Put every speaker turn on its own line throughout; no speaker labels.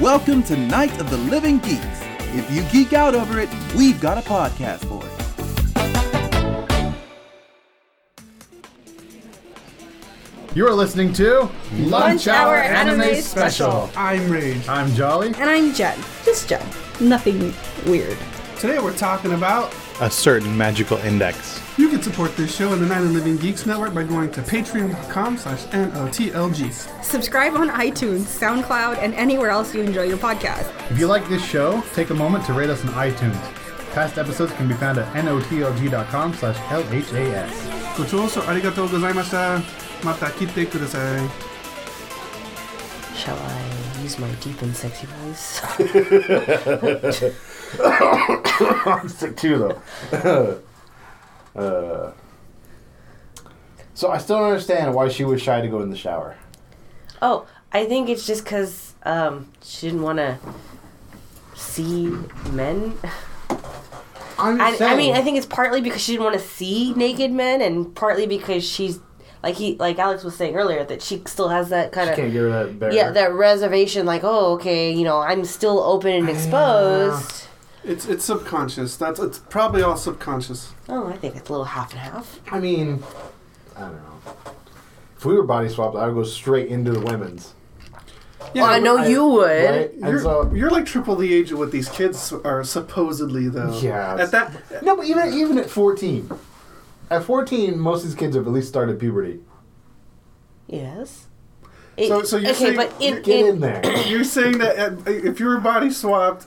Welcome to Night of the Living Geeks. If you geek out over it, we've got a podcast for it.
You are listening to Lunch,
Hour Anime Special.
I'm Rage.
I'm Jolly.
And I'm Jen. Just Jen. Nothing weird.
Today we're talking about
a certain magical index.
you can support this show and the Night of Living Geeks Network by going to patreon.com slash NLTLGs.
Subscribe on iTunes, SoundCloud, and anywhere else you enjoy your podcast.
If you like this show, take a moment to rate us on iTunes. Past episodes can be found at notlg.com slash lhas.
Gochoso arigatou gozaimashita. Mata kite kudasai.
Shall I use my deep and sexy voice?
sick too, though. Uh, so I still don't understand why she was shy to go in the shower.
oh, I think it's just because um, she didn't want to see men.
I'm
I, I
saying-
mean, I think it's partly because she didn't want to see naked men, and partly because she's like he, like Alex was saying earlier, that she still has that kind
can't
of
get rid of that bear.
yeah, that reservation. Like, oh, okay, you know, I'm still open and exposed.
It's it's subconscious. That's it's probably all subconscious.
Oh, I think it's a little half and half.
I mean, I don't know. If we were body swapped, I would go straight into the women's.
Yeah,
well, I know Oh, you would.
Right? And
You're,
so,
you're like triple the age of what these kids are supposedly though.
Yeah.
At that
no, but even even at fourteen, at fourteen, most of these kids have at least started puberty.
Yes.
So-
It-
so you're
okay,
saying-
but in,
Get
in,
in there.
you're saying that at, if you were body swapped,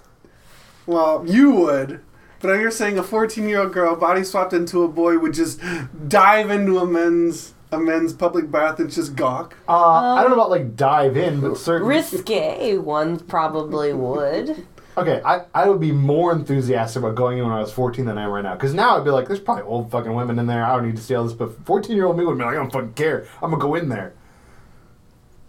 well, you would. But you're saying a 14 year old girl body swapped into a boy would just dive into a men's a men's public bath and just gawk.
Uh, I
Um,
don't know about like dive in, but certainly
risque ones probably would.
Okay, I, I would be more enthusiastic about going in when I was 14 than I am right now. Because now I'd be like, there's probably old fucking women in there. I don't need to see all this. But 14 year old me would be like, I don't fucking care. I'm going to go in there.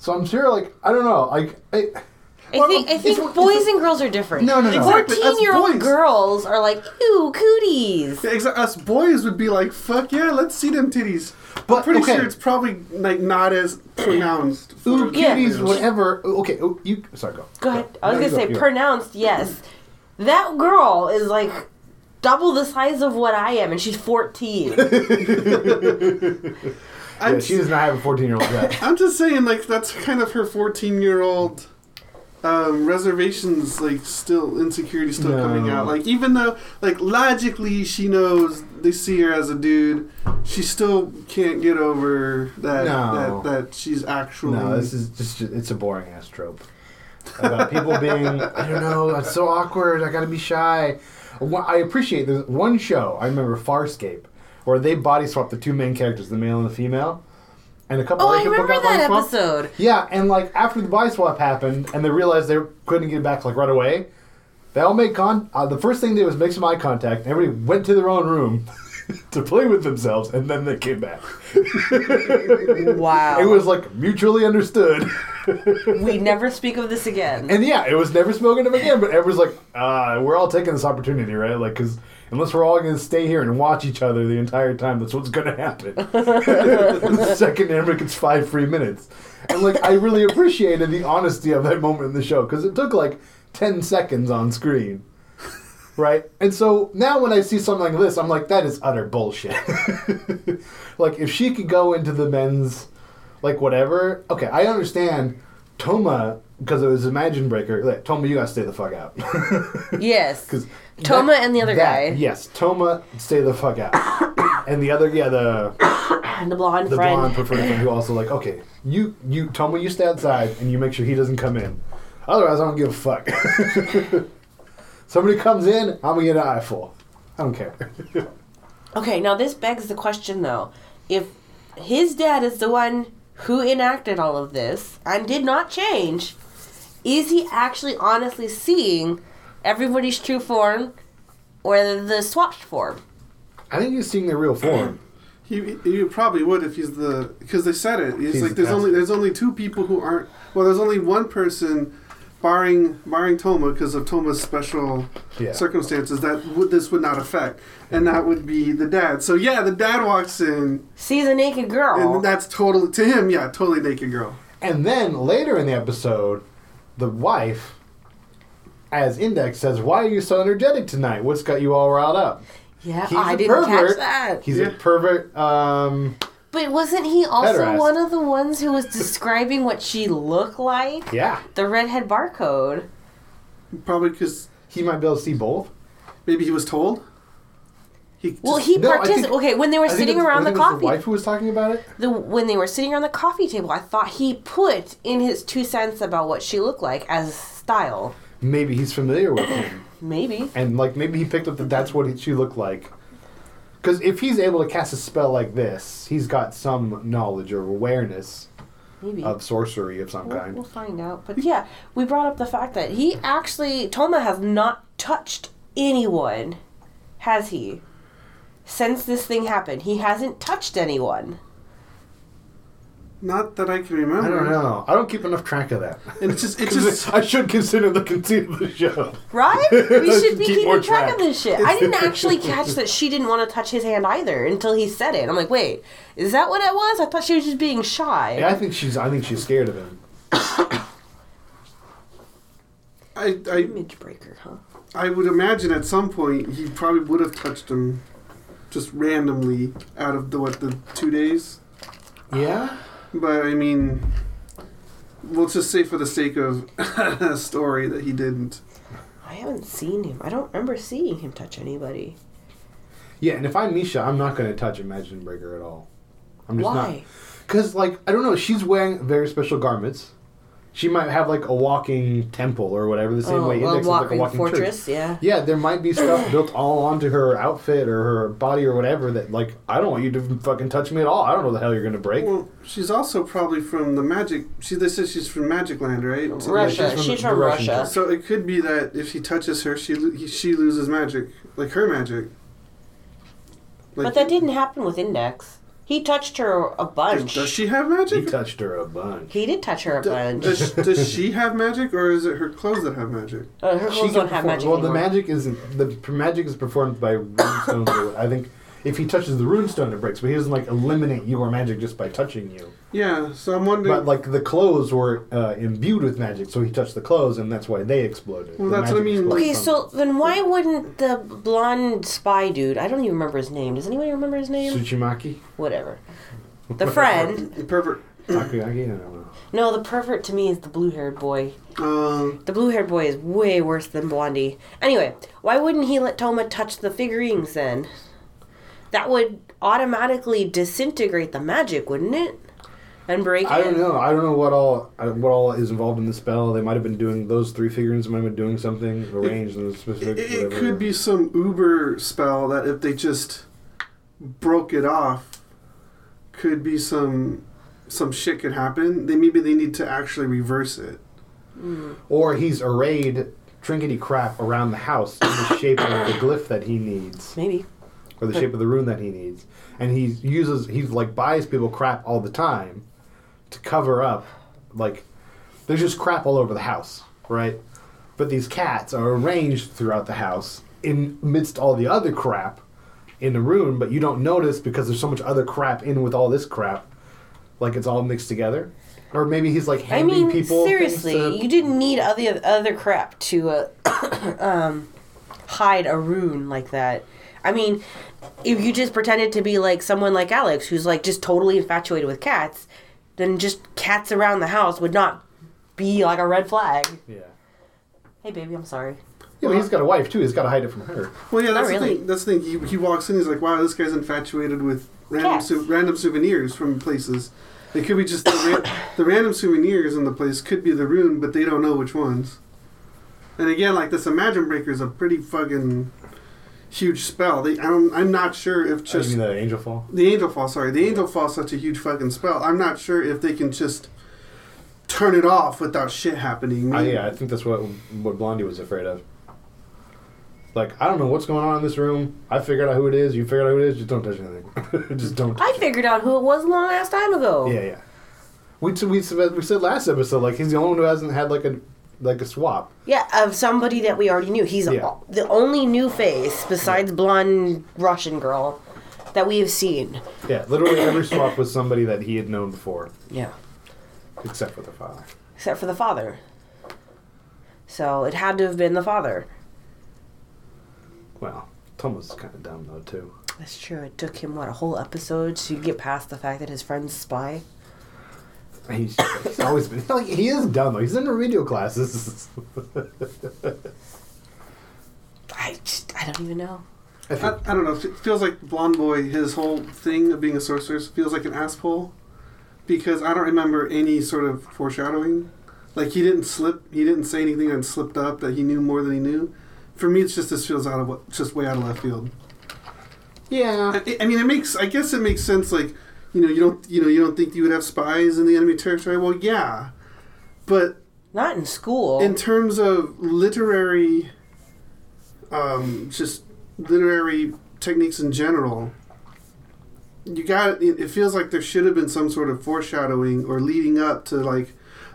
So I'm sure, like, I don't know. Like, I,
I think I think
it's-
boys and girls are different.
No, no, no.
Exactly, that's
Fourteen year old
boys.
girls are like, ew, cooties.
Yeah, exa- Us boys would be like, fuck yeah, let's see them titties. But
But,
I'm pretty
okay.
sure it's probably like not as pronounced. for
ooh,
Yeah.
cuties,
girls.
whatever. Ooh, Okay, ooh, you. Sorry, go.
Go ahead. I was
No, you
gonna say
you
pronounced, yes. That girl is like double the size of what I am and she's fourteen.
I'm,
Yeah, she does not have a 14 year old yet.
I'm just saying, like, that's kind of her 14 year old um, reservations, like, still insecurity still
No.
coming out. Like, even though, like, logically she knows they see her as a dude, she still can't get over that
No.
that, that she's actually.
no, this is just, it's a boring ass trope. About people being, I don't know, that's so awkward. I got to be shy. Wha- I appreciate there's one show I remember Farscape where they body swapped the two main characters, the male and the female, and a couple.
oh,
other
I
people
remember
got body
that
swapped.
episode.
Yeah, and like after the body swap happened, and they realized they couldn't get back like right away, they all made con. Uh, the first thing they did was make some eye contact. And everybody went to their own room to play with themselves, and then they came back.
Wow.
It was like mutually understood.
we never speak of this again.
And yeah, it was never spoken of again. But everyone's like, uh, we're all taking this opportunity, right? Like, because unless we're all going to stay here and watch each other the entire time, that's what's going to happen. the second everyone gets five free minutes, and like, I really appreciated the honesty of that moment in the show because it took like ten seconds on screen. Right? And so now when I see something like this, I'm like, that is utter bullshit. like, if she could go into the men's, like, whatever, okay, I understand Toma, because it was Imagine Breaker, like, Toma, you gotta stay the fuck out.
yes.
'Cause
Toma
that-
and the other
that-
guy.
Yes, Toma, stay the fuck out. and the other, yeah, the,
And the blonde
the
friend.
blonde preferred friend who also, like, okay, you, you, Toma, you stay outside and you make sure he doesn't come in. Otherwise, I don't give a fuck. Somebody comes in, I'm gonna get an eyeful. I don't care.
Okay, now this begs the question though. If his dad is the one who enacted all of this and did not change, is he actually honestly seeing everybody's true form or the swapped form?
I think he's seeing their real form.
He, he probably would if he's the because they said it. It's
He's
like
the
there's only
pastor.
there's only two people who aren't. Well, there's only one person, barring barring Toma because of Toma's special
Yeah.
circumstances that would this would not affect, and that would be the dad. So yeah, the dad walks in,
Sees a naked girl.
and that's totally to him. Yeah, totally naked girl.
And then later in the episode, the wife as Index says, "Why are you so energetic tonight? What's got you all riled up?"
Yeah,
He's
Uh, I
a
didn't
pervert.
catch that.
He's
Yeah.
a pervert. Um,
But wasn't he also
Pederast.
one of the ones who was describing what she looked like?
yeah,
The redhead barcode.
Probably because
he might be able to see both.
maybe he was told. He
Well,
just-
he
No, I
participated.
think-
Okay, when they were
I think it
sitting
was-
around
I
the
think it was
coffee,
The wife who was talking about it.
the when they were sitting around the coffee table, I thought he put in his two cents about what she looked like as style.
Maybe he's familiar with him,
Maybe.
and like maybe he picked up that that's what she looked like. Because if he's able to cast a spell like this, he's got some knowledge or awareness
Maybe.
of sorcery of some
We'll, we'll
kind.
find out. But yeah, we brought up the fact that he actually Toma has not touched anyone, has he? Since this thing happened, he hasn't touched anyone.
not that I can
I
remember.
don't know. I don't keep enough track of that.
And it's just, it's just,
Just, I should consider the conceit of the show.
Right? We should be
Keep
keeping
more
track. of
track.
this shit. I didn't actually catch that she didn't want to touch his hand either until he said it. I'm like, wait, is that what it was? I thought she was just being shy.
Yeah, I think she's. I think she's scared of him.
I, I,
Image breaker, huh?
I would imagine at some point he probably would have touched him just randomly out of the, what, the two days?
Yeah.
But I mean, we'll just say for the sake of story that he didn't.
I haven't seen him. I don't remember seeing him touch anybody.
Yeah, and if I'm Misha, I'm not going to touch Imagine Breaker at all. I'm just
Why?
not. Because like I don't know, she's wearing very special garments. She might have like a walking temple or whatever, the same
Oh,
way
a
Index has like a
walking
walking
fortress,
church.
yeah.
Yeah, there might be stuff built all onto her outfit or her body or whatever that like I don't want you to fucking touch me at all. I don't know the hell you're gonna break.
Well, she's also probably from the magic. She they said she's from Magic Land, right? So-
Russia.
she's from
She's from,
the- the Russian
Russia.
church.
So it could be that if he touches her, she lo- he, she loses magic, like her magic.
But that didn't happen with Index. He touched her a bunch.
Does, does she have
He
magic?
touched her a bunch.
he did touch her a bunch.
does, does she have magic, or is it her clothes that have magic?
Uh, her
can
clothes don't have
perform-
magic
Well,
anymore.
the magic is the p- magic is performed by runestones. or what- I think if he touches the runestone, it breaks. But he doesn't like eliminate your magic just by touching you.
Yeah. So I'm wondering.
But like the clothes were uh, imbued with magic, so he touched the clothes, and that's why they exploded.
Well,
The
that's what I
magic
mean.
exploded
Okay,
from
so then why wouldn't the blonde spy dude? I don't even remember his name. Does anybody remember his
it.
name?
Tsuchimaki,
Whatever. The friend.
Pervert.
Takuyaki, I don't know.
No, the pervert to me is the blue haired boy.
Um,
The blue haired boy is way worse than Blondie. Anyway, why wouldn't he let Toma touch the figurines then? That would automatically disintegrate the magic, wouldn't it? And break
I
it?
don't know. I don't know what all I- what all is involved in the spell. They might have been doing those three figurines. Might have been doing something arranged in a specific.
it, it
whatever.
could be some Uber spell that if they just broke it off, could be some some shit could happen. They maybe they need to actually reverse it.
or he's arrayed trinkety crap around the house in the shape of the glyph that he needs
Maybe.
or the shape of the rune that he needs and he uses he's like buys people crap all the time to cover up like there's just crap all over the house right but these cats are arranged throughout the house in midst all the other crap in the room but you don't notice because there's so much other crap in with all this crap like it's all mixed together or maybe he's like
I
handing
mean,
people things
seriously,
to-
you didn't need other other crap to uh, um, hide a rune like that. I mean, if you just pretended to be like someone like Alex, who's like just totally infatuated with cats, then just cats around the house would not be like a red flag.
yeah
Hey, baby, I'm sorry.
Yeah, but he's got a wife too. He's got to hide it from her.
Well, yeah, that's
Not
the
really.
thing. That's the thing. He, he walks in, he's like, "Wow, this guy's infatuated with random
Cats.
sou- random souvenirs from places." It could be just the, ra- the random souvenirs in the place could be the rune, but they don't know which ones. And again, like this Imagine Breaker is a pretty fucking huge spell. They, I don't, I'm not sure
Oh,
if just
the angel fall?
The angel fall, sorry. The angel fall such a huge fucking spell. I'm not sure if they can just turn it off without shit happening.
yeah, I think that's what what Blondie was afraid of. Like, I don't know what's going on in this room. I figured out who it is. You figured out who it is. Just don't touch anything. just don't.
I figured out who it was a long ass time ago.
yeah, yeah. We t- we said- we said last episode like he's the only one who hasn't had like a like a swap.
Yeah, of somebody that we already knew. He's
Yeah.
the only new face besides blonde Russian girl that we have seen.
Yeah, literally every swap was somebody that he had known before,
Yeah.
except for the father.
except for the father. So it had to have been the father.
Well, Tom was kind of dumb though too.
That's true. It took him what a whole episode to get past the fact that his friend's spy.
He's, he's always been. Like, he is dumb though. He's in the radio classes.
I just, I don't even know.
I
I,
think
I don't know. It feels like Blonde Boy, his whole thing of being a sorcerer, feels like an asshole because I don't remember any sort of foreshadowing. Like he didn't slip. He didn't say anything and slipped up that he knew more than he knew. For me, it's just this feels out of what, just way out of left field.
yeah.
I, I mean, it makes. I guess it makes sense. Like, you know, you don't. You know, you don't think you would have spies in the enemy territory. Well, yeah, but
Not in school.
in terms of literary um, just literary techniques in general you got it it feels like there should have been some sort of foreshadowing or leading up to like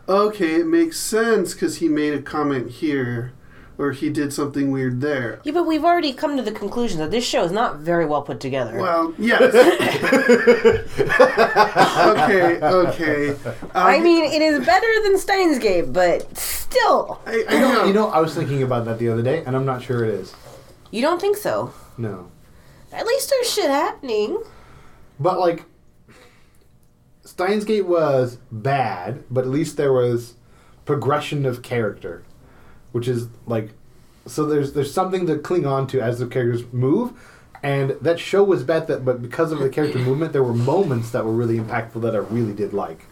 okay it makes sense because he made a comment here or he did something weird there
yeah, but we've already come to the conclusion that this show is not very well put together.
well Um, yes okay okay um,
I mean, it is better than Steins Gate, but still,
I, I
You know,
know.
you know, I was thinking about that the other day, and I'm not sure it is.
you don't think so.
No,
At least there's shit happening.
but like, Steins Gate was bad, but at least there was progression of character, which is like, so there's there's something to cling on to as the characters move. And that show was bad, that but because of the character movement, there were moments that were really impactful that I really did like.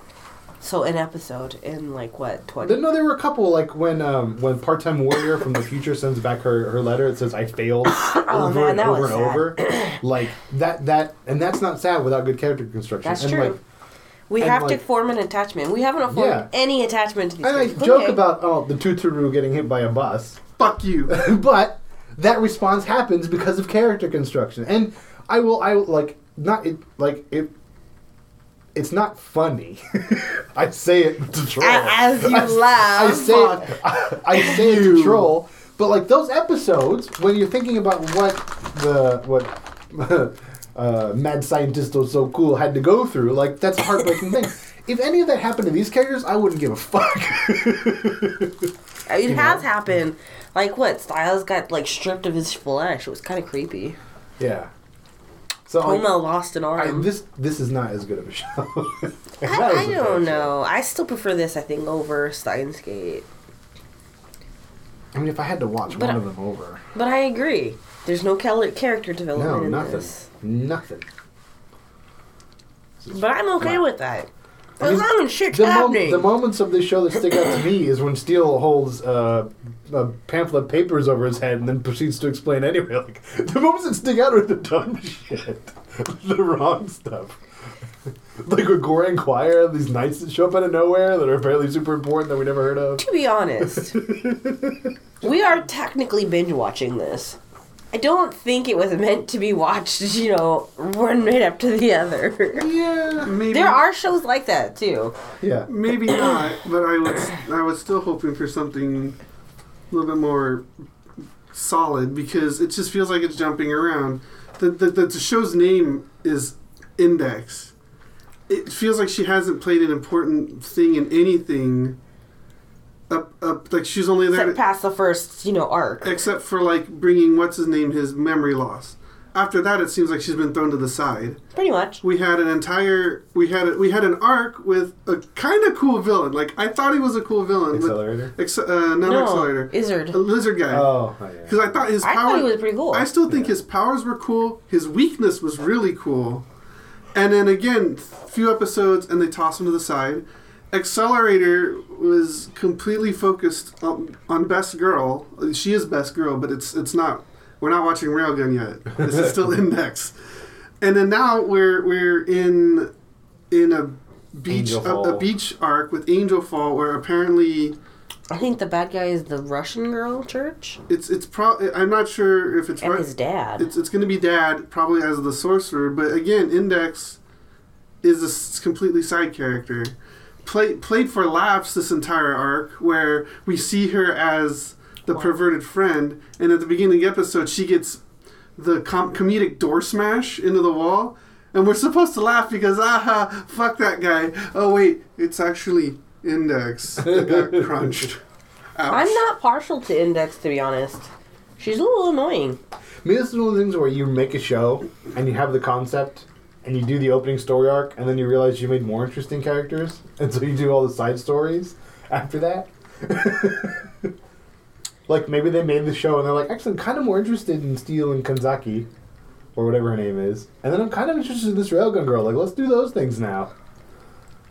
So an episode in like what twenty?
No, there were a couple like when um, when part time warrior from the future sends back her, her letter. It says I failed over
Oh, man,
and
that
over
was
and over. like that that and that's not sad without good character construction.
That's
and,
true.
Like,
we
and,
have to
like-
form an attachment. We haven't formed
Yeah.
any attachment to these.
and I
characters.
joke
Okay.
about oh the Tootaroo getting hit by a bus,
fuck you
but that response happens because of character construction. And I will I will, like not it like it. It's not funny. I say it to troll.
A- as you
I
laugh.
say it, I, say it to troll, but like those episodes when you're thinking about what the what uh, mad scientist was so cool had to go through, like that's a heartbreaking thing. If any of that happened to these characters, I wouldn't give a fuck.
It has happened. Like what? Styles got like stripped of his flesh. It was kind of creepy.
yeah. So like,
Homo lost an
I,
arm.
this this is not as good of a show. That was
I, I
a
don't
bad show.
know. I still prefer this. I think over Steins Gate.
I mean, if I had to watch
But
one
I-
of them over,
But I agree. There's no cal- character development
no,
in
nothing,
this.
nothing.
But I'm okay
Right.
with that.
I mean,
As long as shit's
the, mom-
happening.
the moments of this show that stick out to me is when Steele holds uh, a pamphlet of papers over his head and then proceeds to explain anyway. Like the moments that stick out are the dumb shit, the wrong stuff. like with Goran Choir, these knights that show up out of nowhere that are apparently super important that we never heard of.
to be honest, we are technically binge watching this. I don't think it was meant to be watched, you know, one right after the other.
Yeah,
maybe
There are shows like that too.
yeah.
Maybe not, but I was I was still hoping for something a little bit more solid because it just feels like it's jumping around. The the, the, the show's name is Index. It feels like she hasn't played an important thing in anything. Up up like she's only there to,
Except past the first, you know, arc.
except for like bringing what's his name his memory loss. After that, it seems like she's been thrown to the side
Pretty much.
we had an entire we had a, we had an arc with a kind of cool villain. Like I thought he was a cool villain. with-
Accelerator?
Ex- uh, not
No,
accelerator.
Izzard.
A lizard guy.
Oh,
Because I thought his
I
power.
thought he was pretty cool.
I still think his powers were cool. His weakness was really cool. And then again, few episodes, and they toss him to the side. Accelerator was completely focused on, on Best Girl. She is Best Girl, but it's it's not. We're not watching Railgun yet. This is still Index. And then now we're we're in in a beach
Angel
a, a
Fall.
beach arc with Angel Fall, where apparently
I think the bad guy is the Russian girl church
it's it's pro. I'm not sure if it's
and
right-
his dad.
It's, it's going to be dad, probably as the sorcerer, but again, Index is a s- completely side character. Play, played for laughs this entire arc, where we see her as the perverted friend, and at the beginning of the episode, she gets the com- comedic door smash into the wall, and we're supposed to laugh because, aha, fuck that guy. Oh, wait, it's actually Index that got crunched. Ouch.
I'm not partial to Index, to be honest. She's a little annoying.
I mean, this is one of the things where you make a show and you have the concept and you do the opening story arc and then you realize you made more interesting characters and so you do all the side stories after that. like maybe they made the show and they're like, actually, I'm kind of more interested in Steel and Kanzaki or whatever her name is, and then I'm kind of interested in this Railgun girl. Like, let's do those things now.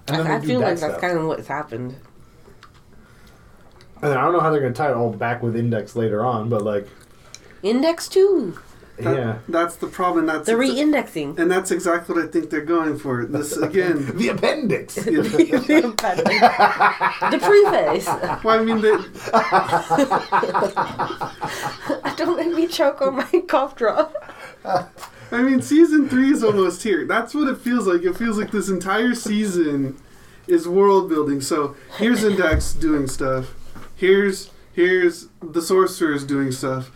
And then
I, I
they do
feel
that
like
stuff.
that's kind of what's happened.
And then I don't know how they're going to tie it all back with Index later on, but like,
Index 2.
That-
yeah.
That's the problem. That's
The
exa-
re-indexing.
and that's exactly what I think they're going for. This again.
The appendix!
the preface.
well, I mean, they,
Don't let me choke on my cough drop.
I mean, season three is almost here. That's what it feels like. It feels like this entire season is world building. So here's Index doing stuff. Here's here's the Sorcerers doing stuff.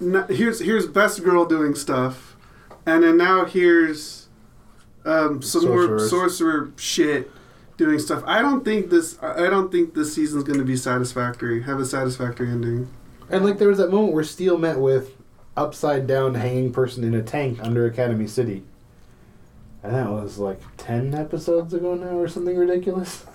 N- Here's here's Best Girl doing stuff, and then now here's um, some more
Sorcerers.
sorcerer shit doing stuff. I don't think this. I I don't think this season's going to be satisfactory. Have a satisfactory ending.
And like there was that moment where Steele met with upside down hanging person in a tank under Academy City. And that was like ten episodes ago now or something ridiculous.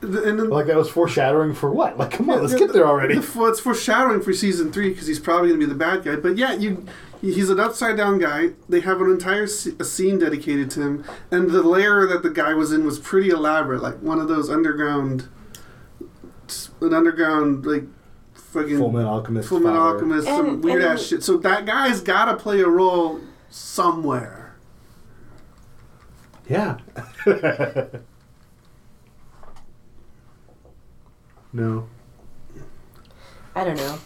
Th- And then,
Like that was foreshadowing for what? Like come on, let's
Yeah,
get there already.
Well, it's foreshadowing for season three because he's probably going to be the bad guy. But yeah, you, he's an upside down guy. They have an entire se- a scene dedicated to him, and the lair that the guy was in was pretty elaborate, like one of those underground, an underground like fucking
Full Metal Alchemist.
Full Metal
father.
Alchemist, some
And-
weird
and-
ass shit. So that guy's got to play a role somewhere.
Yeah. no.
I don't know.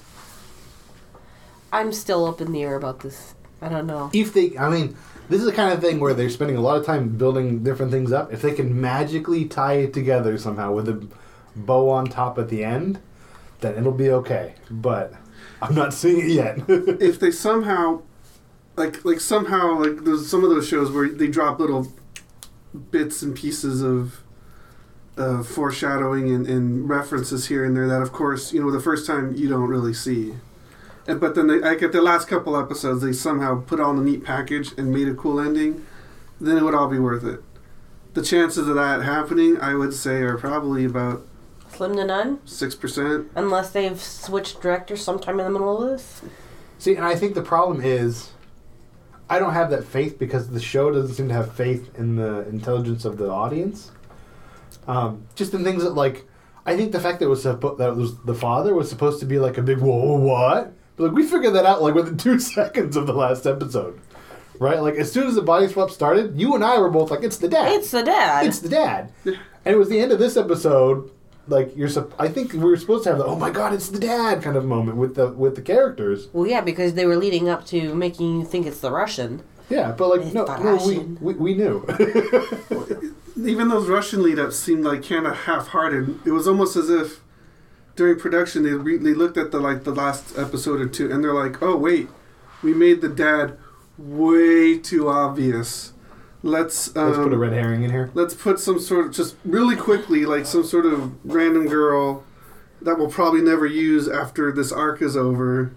I'm still up in the air about this. I don't know.
If they I mean, this is the kind of thing where they're spending a lot of time building different things up. If they can magically tie it together somehow with a bow on top at the end, then it'll be okay. But I'm not seeing it yet.
if they somehow like like somehow like there's some of those shows where they drop little bits and pieces of uh, foreshadowing and, and references here and there that of course you know the first time you don't really see and, but then they, like at the last couple episodes they somehow put all in a neat package and made a cool ending then it would all be worth it the chances of that happening i would say are probably about
Slim to none,
6%
unless they've switched directors sometime in the middle of this.
See, and I think the problem is I don't have that faith because the show doesn't seem to have faith in the intelligence of the audience. Um, just in things that like I think the fact that it was suppo- that it was the father was supposed to be like a big whoa what? But like we figured that out like within two seconds of the last episode. Right? Like as soon as the body swap started, you and I were both like, It's the dad.
It's the dad.
It's the dad. And it was the end of this episode. Like you're, sup- I think we were supposed to have the "Oh my God, it's the dad" kind of moment with the with the characters.
well, yeah, because they were leading up to making you think it's the Russian.
Yeah, but like
It's
no,
the
no we,
Russian.
we we knew.
even those Russian lead ups seemed like kind of half hearted. It was almost as if during production they, re- they looked at the like the last episode or two and they're like, oh wait, we made the dad way too obvious. Let's um,
Let's put a red herring in here.
let's put some sort of just really quickly like some sort of random girl that we'll probably never use after this arc is over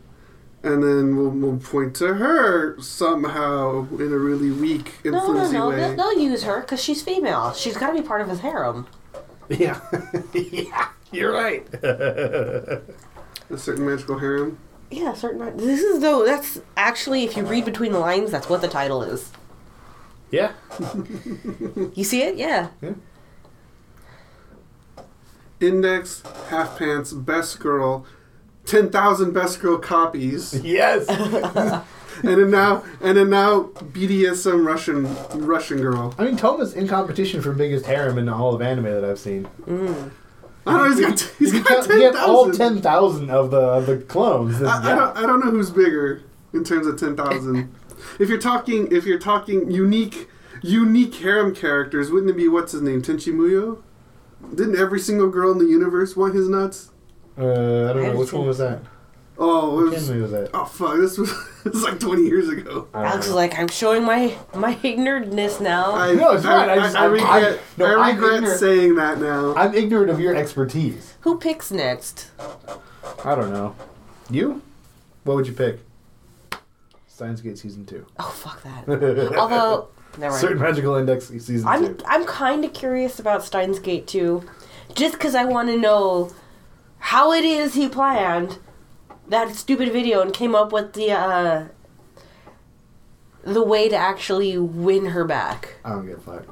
and then we'll, we'll point to her somehow in a really weak and
No, no,
flimsy
no.
way
They'll, they'll use her because she's female. She's got to be part of his harem.
Yeah, yeah, you're right.
a certain magical harem
Yeah, certain. This is though. That's actually, if you read between the lines, that's what the title is.
Yeah,
You see it? Yeah.
Index, Half Pants, Best Girl, 10,000 Best Girl copies, and
yes.
then now and then now BDSM Russian Russian Girl.
I mean, Toma's in competition for biggest harem in all of anime that I've seen.
I don't know, he's got, he's
He
got
got- he had all
10,000.
ten thousand of the of the clones. This
I, I,
guy.
don't, I don't know who's bigger in terms of 10,000. if you're talking if you're talking unique unique harem characters, wouldn't it be what's his name, Tenchi Muyo? Didn't every single girl in the universe want his nuts?
uh, I don't know
haven't
which one
seen-
was that.
Oh, it
What
was,
movie was that?
oh fuck, this was, this was like 20 years ago.
I don't
Alex is
know.
like, I'm showing my my nerdness now.
I,
No, it's
I,
fine. I just-
I, I
I-
regret,
I- no,
I
I'm
regret
ignorant.
saying that now.
I'm ignorant of your expertise.
Who picks next?
I don't know. You? What would you pick? Steins Gate season two.
Oh fuck that. Although, never mind.
Certain Magical Index season
I'm
two.
I'm kind of curious about Steins Gate 2, just because I want to know how it is he planned that stupid video and came up with the uh, the way to actually win her back.
I don't give a fuck.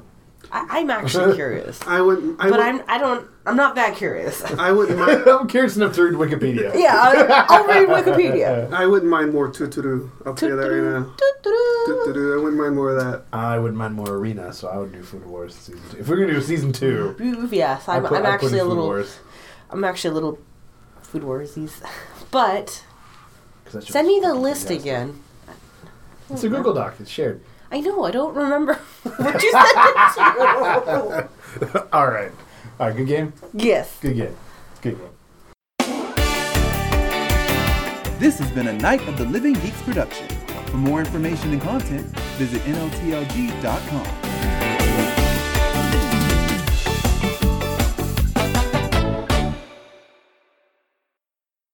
I, I'm actually curious,
I wouldn't. I
but
wouldn't,
I'm I don't I'm not that curious.
I wouldn't mind.
I'm curious enough to read Wikipedia.
yeah, I, I'll read Wikipedia.
I wouldn't mind more tuturu. I'll tell you that right now.
Doo-doo-doo.
Tuturu. I wouldn't mind more of that.
I would mind more Arena, so I would do Food Wars season two. If we're gonna do season two,
Yes,
I'd
I'm,
put- I'd put
I'm actually
in
a
Food
little
Wars,
I'm actually a little food warsies, but
'cause that shit
send
was
me the
fucking
list
fantastic.
again.
It's a Google Doc. It's shared.
I know. I don't remember what you said.
All right. All right. Good game.
yes.
Good game. Good game.
This has been a Night of the Living Geeks production. For more information and content, visit NOTLG.com.